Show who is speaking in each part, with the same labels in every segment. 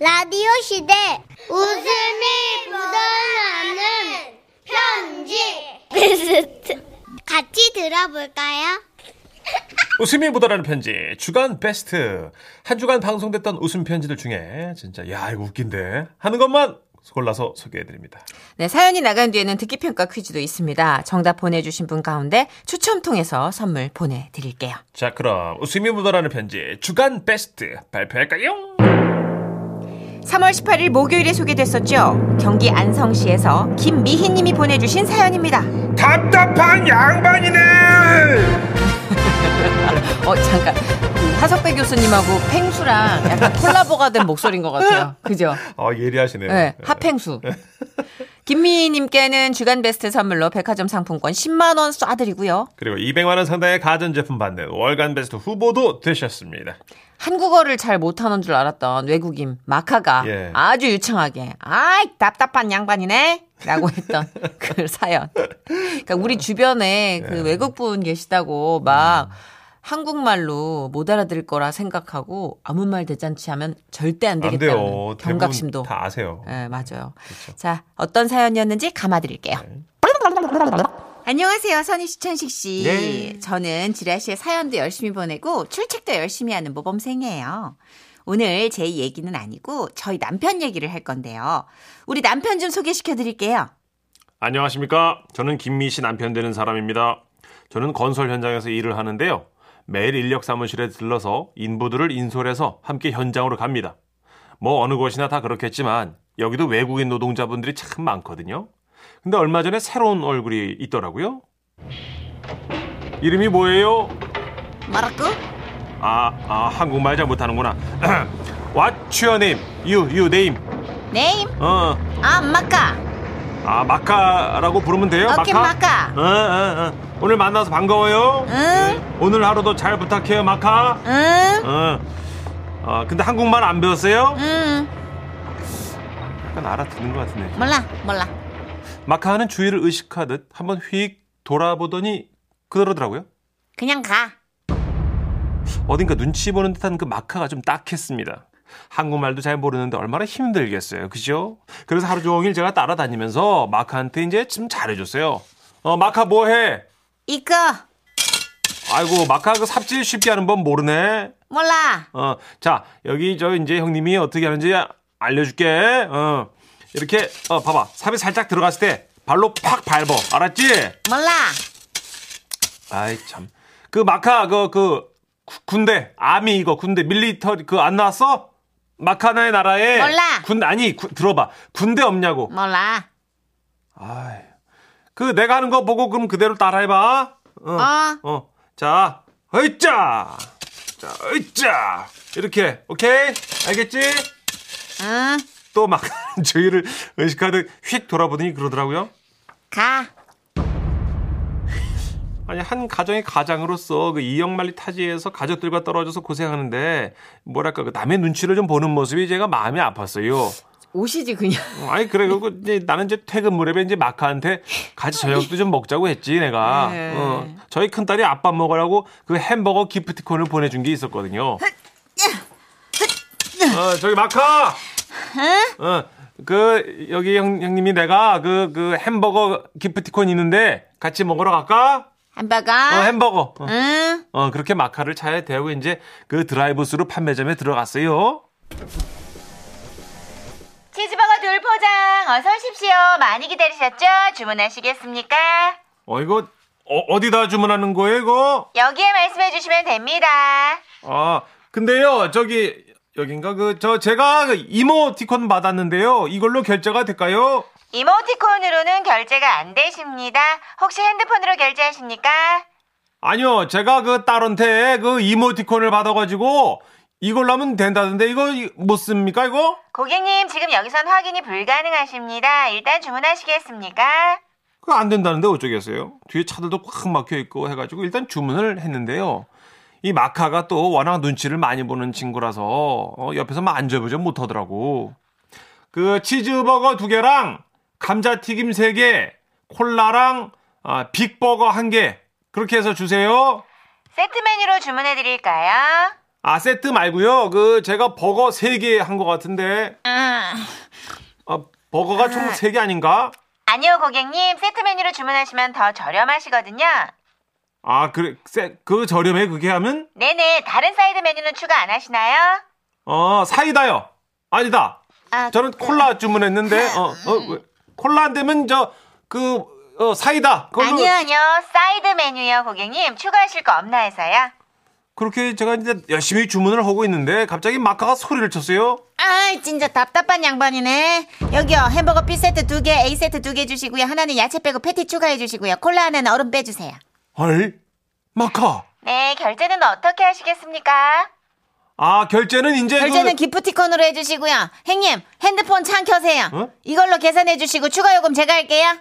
Speaker 1: 라디오 시대 웃음이 묻어나는 편지 같이 들어볼까요?
Speaker 2: 웃음이 묻어나는 편지 주간 베스트 한 주간 방송됐던 웃음 편지들 중에 진짜 야 이거 웃긴데 하는 것만 골라서 소개해드립니다.
Speaker 3: 네, 사연이 나간 뒤에는 듣기 평가 퀴즈도 있습니다. 정답 보내주신 분 가운데 추첨 통해서 선물 보내드릴게요.
Speaker 2: 자 그럼 웃음이 묻어나는 편지 주간 베스트 발표할까요?
Speaker 3: 3월 18일 목요일에 소개됐었죠. 경기 안성시에서 김미희님이 보내주신 사연입니다.
Speaker 2: 답답한 양반이네.
Speaker 3: 어 잠깐 그 하석배 교수님하고 팽수랑 약간 콜라보가 된 목소리인 것 같아요. 그죠?
Speaker 2: 어 예리하시네요.
Speaker 3: 네, 핫팽수. 김미희님께는 주간 베스트 선물로 백화점 상품권 10만 원 쏴드리고요.
Speaker 2: 그리고 200만 원 상당의 가전제품 받는 월간 베스트 후보도 되셨습니다.
Speaker 3: 한국어를 잘 못하는 줄 알았던 외국인 마카가
Speaker 2: 예.
Speaker 3: 아주 유창하게 아이 답답한 양반이네 라고 했던 그 사연. 그러니까 우리 주변에
Speaker 2: 예.
Speaker 3: 그 외국분 계시다고
Speaker 2: 음.
Speaker 3: 막 한국말로 못 알아들을 거라 생각하고 아무 말 대잔치 하면 절대 안
Speaker 2: 안 돼요.
Speaker 3: 되겠다는
Speaker 2: 대부분
Speaker 3: 경각심도.
Speaker 2: 다 아세요.
Speaker 3: 예, 맞아요. 자, 어떤 사연이었는지 감아드릴게요. 안녕하세요, 선희 시천식 씨.
Speaker 2: 네.
Speaker 3: 저는 지라 씨의 사연도 열심히 보내고 출첵도 열심히 하는 모범생이에요. 오늘 제 얘기는 아니고 저희 남편 얘기를 할 건데요. 우리 남편 좀 소개시켜 드릴게요.
Speaker 4: 안녕하십니까. 저는 김미 씨 남편 되는 사람입니다. 저는 건설 현장에서 일을 하는데요. 매일 인력 사무실에 들러서 인부들을 인솔해서 함께 현장으로 갑니다. 뭐 어느 곳이나 다 그렇겠지만 여기도 외국인 노동자분들이 참 많거든요. 근데 얼마 전에 새로운 얼굴이 있더라고요. 이름이 뭐예요?
Speaker 3: 뭐라고?
Speaker 4: 아, 아 한국말 잘 못하는구나. What's your name? You, you name.
Speaker 3: 네임?
Speaker 4: 어,
Speaker 3: 아, 마카.
Speaker 4: 아 마카라고 부르면 돼요?
Speaker 3: 오케이, 마카.
Speaker 4: 어, 어, 어. 오늘 만나서 반가워요.
Speaker 3: 응,
Speaker 4: 오늘 하루도 잘 부탁해요, 마카.
Speaker 3: 응,
Speaker 4: 어. 아, 근데 한국말 안 배웠어요?
Speaker 3: 응.
Speaker 4: 약간 알아듣는 것 같은데.
Speaker 3: 몰라, 몰라.
Speaker 4: 마카는 주위를 의식하듯 한번 휙 돌아보더니 그러더라고요.
Speaker 3: 그냥 가.
Speaker 4: 어딘가 눈치 보는 듯한 그 마카가 좀 딱했습니다. 한국말도 잘 모르는데 얼마나 힘들겠어요. 그죠? 그래서 하루 종일 제가 따라다니면서 마카한테 이제 좀 잘해줬어요. 어, 마카 뭐 해?
Speaker 3: 이거,
Speaker 4: 아이고, 마카 그 삽질 쉽게 하는 법 모르네.
Speaker 3: 몰라.
Speaker 4: 어, 자, 여기 저 이제 형님이 어떻게 하는지 알려줄게. 어, 이렇게, 어, 봐봐. 삽이 살짝 들어갔을 때 발로 팍 밟어. 알았지?
Speaker 3: 몰라.
Speaker 4: 아이, 참. 그 마카, 그, 그, 구- 군대, 아미 이거, 군대, 밀리터리, 그, 안 나왔어? 마카나의 나라에.
Speaker 3: 몰라.
Speaker 4: 군, 아니, 구- 들어봐. 군대 없냐고.
Speaker 3: 몰라.
Speaker 4: 아이. 그, 내가 하는 거 보고 그럼 그대로 따라해봐. 어.
Speaker 3: 어.
Speaker 4: 어. 자, 으이짜! 자, 으이짜! 이렇게, 오케이? 알겠지?
Speaker 3: 응,
Speaker 4: 또 막 저희를 의식하듯 휙 돌아보더니 그러더라고요.
Speaker 3: 가.
Speaker 4: 아니 한 가정의 가장으로서 그 이영만리 타지에서 가족들과 떨어져서 고생하는데 뭐랄까 그 남의 눈치를 좀 보는 모습이 제가 마음이 아팠어요.
Speaker 3: 옷이지, 그냥.
Speaker 4: 어, 아니 그래 그리고 이제 나는 이제 퇴근 무렵에 이제 마카한테 같이 저녁도 좀 먹자고 했지 내가.
Speaker 3: 네.
Speaker 4: 어, 저희 큰 딸이 아밥 먹으라고 그 햄버거 기프티콘을 보내준 게 있었거든요. 어, 저기 마카. 어, 그 여기 형, 형님이 내가 그 그 햄버거 기프티콘 있는데 같이 먹으러 갈까?
Speaker 3: 햄버거.
Speaker 4: 어, 햄버거. 어.
Speaker 3: 응.
Speaker 4: 어, 그렇게 마카를 차에 대고 이제 그 드라이브스루 판매점에 들어갔어요.
Speaker 3: 치즈버거 둘 포장 어서 오십시오. 많이 기다리셨죠? 주문하시겠습니까?
Speaker 4: 어, 이거 어, 어디다 주문하는 거예요, 이거?
Speaker 3: 여기에 말씀해 주시면 됩니다.
Speaker 4: 아, 근데요, 저기 여긴가 그 저 제가 그 이모티콘 받았는데요. 이걸로 결제가 될까요?
Speaker 3: 이모티콘으로는 결제가 안 되십니다. 혹시 핸드폰으로 결제하십니까?
Speaker 4: 아니요, 제가 그 딸한테 그 이모티콘을 받아가지고 이걸로 하면 된다던데 이거 이- 못 씁니까 이거?
Speaker 3: 고객님, 지금 여기선 확인이 불가능하십니다. 일단 주문하시겠습니까?
Speaker 4: 그거 안 된다는데 어쩌겠어요? 뒤에 차들도 꽉 막혀 있고 해가지고 일단 주문을 했는데요. 이 마카가 또 워낙 눈치를 많이 보는 친구라서 어, 옆에서 만져보지 못하더라고. 그 치즈버거 두 개랑 감자튀김 세 개, 콜라랑 아, 빅버거 한 개. 그렇게 해서 주세요.
Speaker 3: 세트 메뉴로 주문해 드릴까요?
Speaker 4: 아세트 말고요. 그 제가 버거 3개 한 것 같은데. 아, 버거가 총 3개 아닌가?
Speaker 3: 아니요, 고객님. 세트 메뉴로 주문하시면 더 저렴하시거든요.
Speaker 4: 아, 그래. 세, 그 저렴해 그게 하면?
Speaker 3: 네네, 다른 사이드 메뉴는 추가 안 하시나요?
Speaker 4: 어, 사이다요. 아니다.
Speaker 1: 아,
Speaker 4: 저는 콜라 주문했는데. 어, 어, 왜? 콜라 안 되면 저그 어, 사이다. 그걸로
Speaker 3: 아니요, 아니요. 사이드 메뉴요, 고객님. 추가하실 거 없나 해서요.
Speaker 4: 그렇게 제가 이제 열심히 주문을 하고 있는데 갑자기 마카가 소리를 쳤어요.
Speaker 3: 아, 진짜 답답한 양반이네. 여기요, 햄버거 피세트 두 개, A 세트 두 개 주시고요. 하나는 야채 빼고 패티 추가해 주시고요. 콜라 하나는 얼음 빼주세요.
Speaker 4: 헐? 마카.
Speaker 3: 네, 결제는 어떻게 하시겠습니까?
Speaker 4: 아, 결제는 이제
Speaker 3: 결제는
Speaker 4: 그...
Speaker 3: 기프티콘으로 해주시고요. 행님, 핸드폰 창 켜세요.
Speaker 4: 어?
Speaker 3: 이걸로 계산해 주시고 추가 요금 제가 할게요.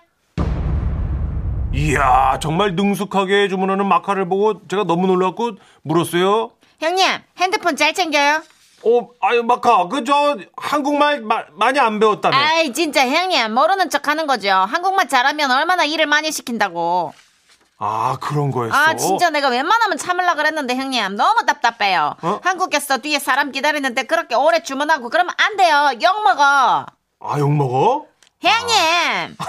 Speaker 4: 이야, 정말 능숙하게 주문하는 마카를 보고 제가 너무 놀랐고 물었어요.
Speaker 3: 형님, 핸드폰 잘 챙겨요.
Speaker 4: 어, 아유 마카, 그 저 한국말 마- 많이 안 배웠다며.
Speaker 3: 아이, 진짜 형님, 모르는 척 하는 거죠. 한국말 잘하면 얼마나 일을 많이 시킨다고.
Speaker 4: 아, 그런 거였어.
Speaker 3: 아, 진짜 내가 웬만하면 참을라 그랬는데 형님, 너무 답답해요.
Speaker 4: 어?
Speaker 3: 한국에서 뒤에 사람 기다리는데 그렇게 오래 주문하고 그러면 안 돼요. 욕 먹어.
Speaker 4: 아, 욕 먹어?
Speaker 3: 형님,
Speaker 4: 아.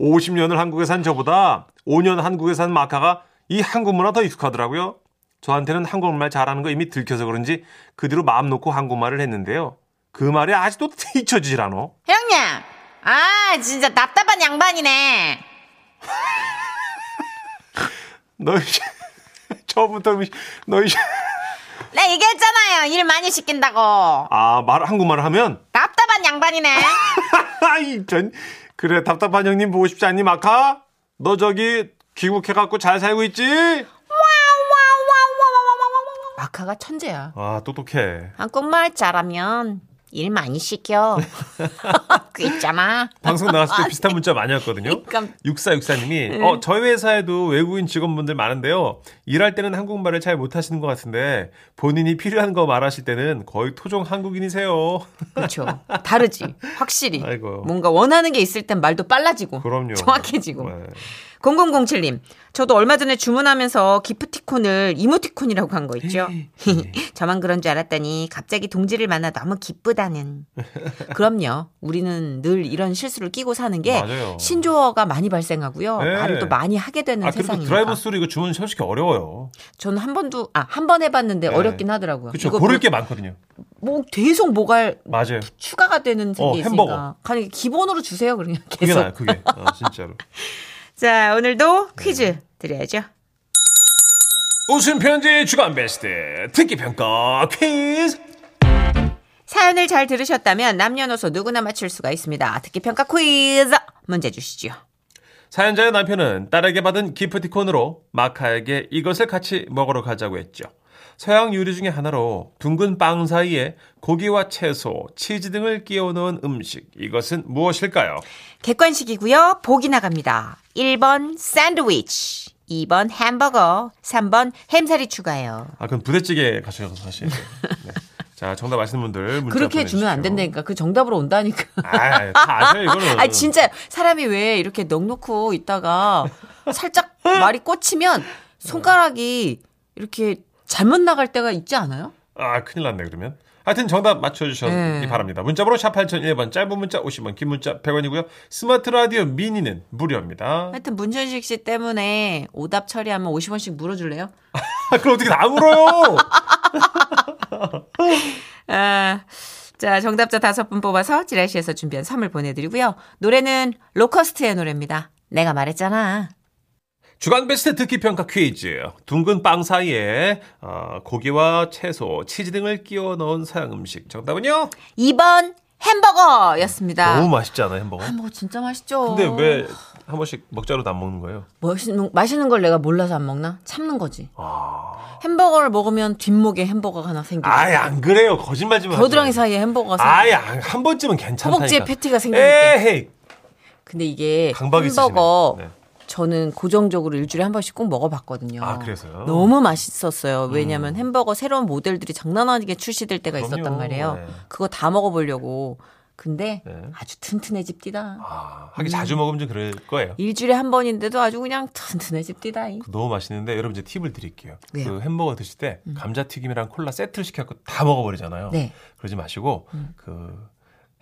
Speaker 4: 50년을 한국에 산 저보다 5년 한국에 산 마카가 이 한국 문화 더 익숙하더라고요. 저한테는 한국말 잘하는 거 이미 들켜서 그런지 그 뒤로 마음 놓고 한국말을 했는데요. 그 말이 아직도 잊혀지질 않아.
Speaker 3: 형님. 아, 진짜 답답한 양반이네.
Speaker 4: 너희 처음부터 너희
Speaker 3: 내가 얘기했잖아요. 일 많이 시킨다고.
Speaker 4: 아말 한국말을 하면
Speaker 3: 답답한 양반이네.
Speaker 4: 이전 그래 답답한 형님 보고 싶지 않니 마카? 너 저기 귀국해갖고 잘 살고 있지?
Speaker 3: 마카가 천재야.
Speaker 2: 아, 똑똑해.
Speaker 3: 한국말 잘하면 일 많이 시켜. 그 있잖아.
Speaker 2: 방송 나갔을 때 비슷한 문자 많이 왔거든요.
Speaker 3: 그러니까.
Speaker 2: 6464님이, 어, 저희 회사에도 외국인 직원분들 많은데요. 일할 때는 한국말을 잘 못하시는 것 같은데, 본인이 필요한 거 말하실 때는 거의 토종 한국인이세요.
Speaker 3: 그렇죠. 다르지. 확실히.
Speaker 2: 아이고.
Speaker 3: 뭔가 원하는 게 있을 땐 말도 빨라지고.
Speaker 2: 그럼요.
Speaker 3: 정확해지고.
Speaker 2: 네.
Speaker 3: 0007님. 저도 얼마 전에 주문하면서 기프티콘을 이모티콘이라고 한 거 있죠.
Speaker 2: 네.
Speaker 3: 저만 그런 줄 알았더니 갑자기 동지를 만나 너무 기쁘다는. 그럼요. 우리는 늘 이런 실수를 끼고 사는 게
Speaker 2: 맞아요.
Speaker 3: 신조어가 많이 발생하고요.
Speaker 2: 네.
Speaker 3: 말을 또 많이 하게 되는
Speaker 2: 아, 그리고
Speaker 3: 세상입니다.
Speaker 2: 드라이브 스루 이거 주문 솔직히 어려워요.
Speaker 3: 저는 한 번도 아 한 번 해봤는데
Speaker 2: 네.
Speaker 3: 어렵긴 하더라고요.
Speaker 2: 그쵸.
Speaker 3: 이거
Speaker 2: 고를 게 많거든요.
Speaker 3: 뭐 계속 뭐가
Speaker 2: 맞아요.
Speaker 3: 추가가 되는 게
Speaker 2: 어,
Speaker 3: 있으니까
Speaker 2: 햄버거.
Speaker 3: 그냥 기본으로 주세요 그냥
Speaker 2: 그게
Speaker 3: 계속.
Speaker 2: 나아요, 네. 그게. 어, 진짜로.
Speaker 3: 자 오늘도 퀴즈 드려야죠.
Speaker 2: 웃음 편지 주간 베스트 특기 평가 퀴즈.
Speaker 3: 사연을 잘 들으셨다면 남녀노소 누구나 맞출 수가 있습니다. 듣기 평가 퀴즈 문제 주시죠.
Speaker 2: 사연자의 남편은 딸에게 받은 기프티콘으로 마카에게 이것을 같이 먹으러 가자고 했죠. 서양 요리 중에 하나로 둥근 빵 사이에 고기와 채소, 치즈 등을 끼워 넣은 음식. 이것은 무엇일까요?
Speaker 3: 객관식이고요. 보기 나갑니다. 1번 샌드위치, 2번 햄버거, 3번 햄살이 추가요.
Speaker 2: 아, 그럼 부대찌개 가져가서 사실. 네. 자, 정답 아시는 분들 문자
Speaker 3: 그렇게 주면 안
Speaker 2: 보내주시죠.
Speaker 3: 된다니까 그 정답으로 온다니까.
Speaker 2: 아, 다 아세요, 이거는.
Speaker 3: 아 진짜 사람이 왜 이렇게 넉놓고 있다가 살짝 말이 꽂히면 손가락이 이렇게 잘못 나갈 때가 있지 않아요?
Speaker 2: 아, 큰일 났네, 그러면. 하여튼 정답 맞춰주셨기
Speaker 3: 네.
Speaker 2: 바랍니다. 문자번호 샵 8001번, 짧은 문자 50원, 긴 문자 100원이고요. 스마트 라디오 미니는 무료입니다.
Speaker 3: 하여튼 문천식 씨 때문에 오답 처리하면 50원씩 물어줄래요?
Speaker 2: 아, 그럼 어떻게 다 물어요?
Speaker 3: 아, 자 정답자 다섯 분 뽑아서 지라시에서 준비한 선물 보내드리고요. 노래는 로커스트의 노래입니다. 내가 말했잖아.
Speaker 2: 주간 베스트 듣기 평가 퀴즈. 둥근 빵 사이에 어, 고기와 채소, 치즈 등을 끼워 넣은 서양 음식. 정답은요?
Speaker 3: 2번 햄버거였습니다.
Speaker 2: 너무 맛있지 않아요, 햄버거?
Speaker 3: 햄버거 진짜 맛있죠.
Speaker 2: 근데 왜 한 번씩 먹자로도 안 먹는 거예요?
Speaker 3: 맛있는, 맛있는 걸 내가 몰라서 안 먹나? 참는 거지.
Speaker 4: 아.
Speaker 3: 햄버거를 먹으면 뒷목에 햄버거가 하나 생기고
Speaker 2: 아예 안 그래요. 거짓말 좀 하지
Speaker 3: 겨드랑이
Speaker 2: 마세요.
Speaker 3: 사이에 햄버거가 생기고
Speaker 2: 아예 안- 한 번쯤은 괜찮다니까.
Speaker 3: 허벅지에 패티가 생기니까.
Speaker 2: 에헤이.
Speaker 3: 근데 이게
Speaker 2: 강박이
Speaker 3: 햄버거
Speaker 2: 있으시네. 네.
Speaker 3: 저는 고정적으로 일주일에 한 번씩 꼭 먹어봤거든요.
Speaker 2: 아, 그래서요? 음.
Speaker 3: 너무 맛있었어요. 왜냐하면 햄버거 새로운 모델들이 장난 아니게 출시될 때가 있었단
Speaker 2: 그럼요.
Speaker 3: 말이에요.
Speaker 2: 네.
Speaker 3: 그거 다 먹어보려고 근데
Speaker 4: 네.
Speaker 3: 아주 튼튼해집디다.
Speaker 4: 아, 하기
Speaker 3: 음.
Speaker 4: 자주 먹으면 좀 그럴 거예요.
Speaker 3: 일주일에 한 번인데도 아주 그냥 튼튼해집디다. 이.
Speaker 4: 너무 맛있는데 여러분 이제 팁을 드릴게요.
Speaker 3: 예. 왜요? 음.
Speaker 4: 그 햄버거 드실 때 감자튀김이랑 콜라 세트를 시켜갖고 다 먹어버리잖아요.
Speaker 3: 네.
Speaker 4: 그러지 마시고 그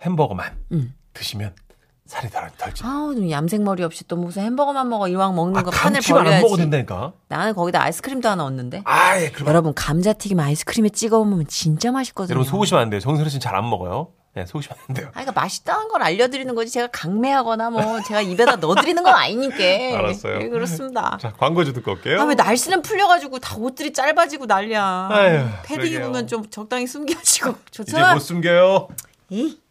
Speaker 4: 햄버거만
Speaker 3: 음.
Speaker 4: 드시면 살이 덜, 덜 찌.
Speaker 3: 아우 좀 얌생머리 없이 또 무슨 햄버거만 먹어 이왕 먹는
Speaker 4: 아,
Speaker 3: 거 판을
Speaker 4: 감튀만 안
Speaker 3: 버려야지.
Speaker 4: 먹어도 된다니까.
Speaker 3: 나는 거기다 아이스크림도 하나 얹는데.
Speaker 4: 아예 그럼
Speaker 3: 여러분 감자튀김 아이스크림에 찍어 먹으면 진짜 맛있거든요.
Speaker 4: 여러분 속으시면 안 돼요. 정선혜 씨는 잘 안 먹어요. 네, 속으시면 안 돼요.
Speaker 3: 아, 그러니까 맛있다는 걸 알려드리는 거지. 제가 강매하거나 뭐 제가 입에다 넣어드리는 건 아니니까.
Speaker 4: 알았어요. 음.
Speaker 3: 예, 그렇습니다.
Speaker 4: 자 광고주 듣고 올게요.
Speaker 3: 아, 왜 날씨는 풀려가지고 다 옷들이 짧아지고 난리야.
Speaker 4: 아휴,
Speaker 3: 패딩
Speaker 4: 그러게요.
Speaker 3: 입으면 좀 적당히 숨겨지고
Speaker 4: 이제 뭐
Speaker 3: 좋잖아.
Speaker 4: 못 숨겨요.
Speaker 3: 에이.